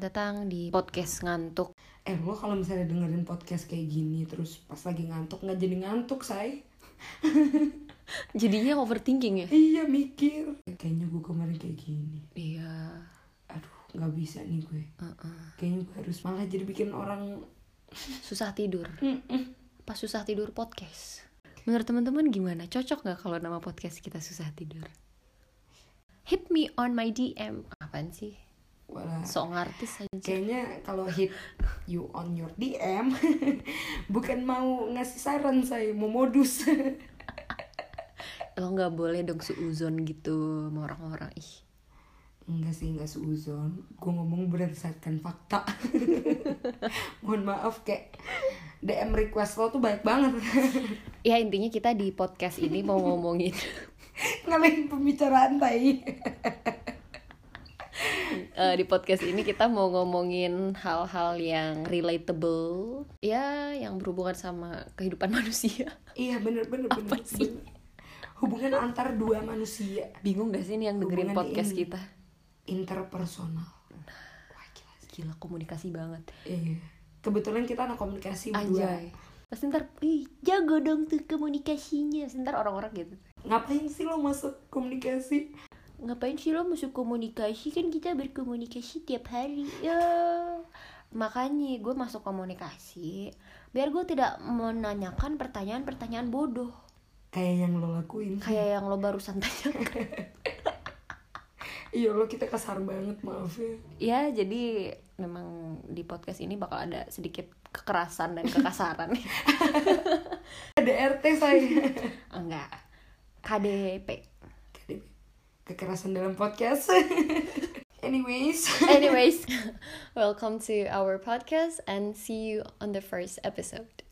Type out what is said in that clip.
datang di podcast ngantuk. Eh lo kalau misalnya dengerin podcast kayak gini terus pas lagi ngantuk nggak jadi ngantuk say Jadinya overthinking ya? Iya mikir Kayaknya gue kemarin kayak gini Iya. Aduh nggak bisa nih gue uh-uh. Kayaknya gue harus malah jadi bikin orang Susah tidur. Pas susah tidur podcast. Menurut teman-teman gimana? Cocok nggak kalau nama podcast kita susah tidur? Hit me on my DM. Apaan sih? Walah Sok ngartis aja. Kayaknya kalau hit you on your DM Bukan mau ngasih saran saya Mau modus Lo nggak boleh dong seuzon gitu sama orang-orang. Ih, Enggak sih enggak seuzon Gue ngomong berdasarkan fakta Mohon maaf kayak DM request lo tuh baik banget Ya intinya kita di podcast ini mau ngomongin Ngalahin pembicaraan tai eh, di podcast ini kita mau ngomongin hal-hal yang relatable ya yang berhubungan sama kehidupan manusia. Iya bener bener Apa bener, sih? bener. Hubungan antar dua manusia Bingung gak sih nih yang dengerin Hubungan podcast ini. kita? Interpersonal Wah gila sih. Gila komunikasi banget. Iya Kebetulan kita anak komunikasi berdua Anjay. Terus ntar, ih jago dong tuh komunikasinya. Terus ntar orang-orang gitu. Ngapain sih lo masuk komunikasi? Ngapain sih lo masuk komunikasi? Kan kita berkomunikasi tiap hari. Ya. Makanya gue masuk komunikasi biar gue tidak menanyakan pertanyaan-pertanyaan bodoh. Kayak yang lo lakuin kayak yang lo barusan tanyakan Iya lo kita kasar banget maaf ya ya jadi memang di podcast ini bakal ada sedikit kekerasan dan kekasaran Ada RT saya enggak KDP KDP. Kekerasan dalam podcast Anyways anyways welcome to our podcast and see you on the first episode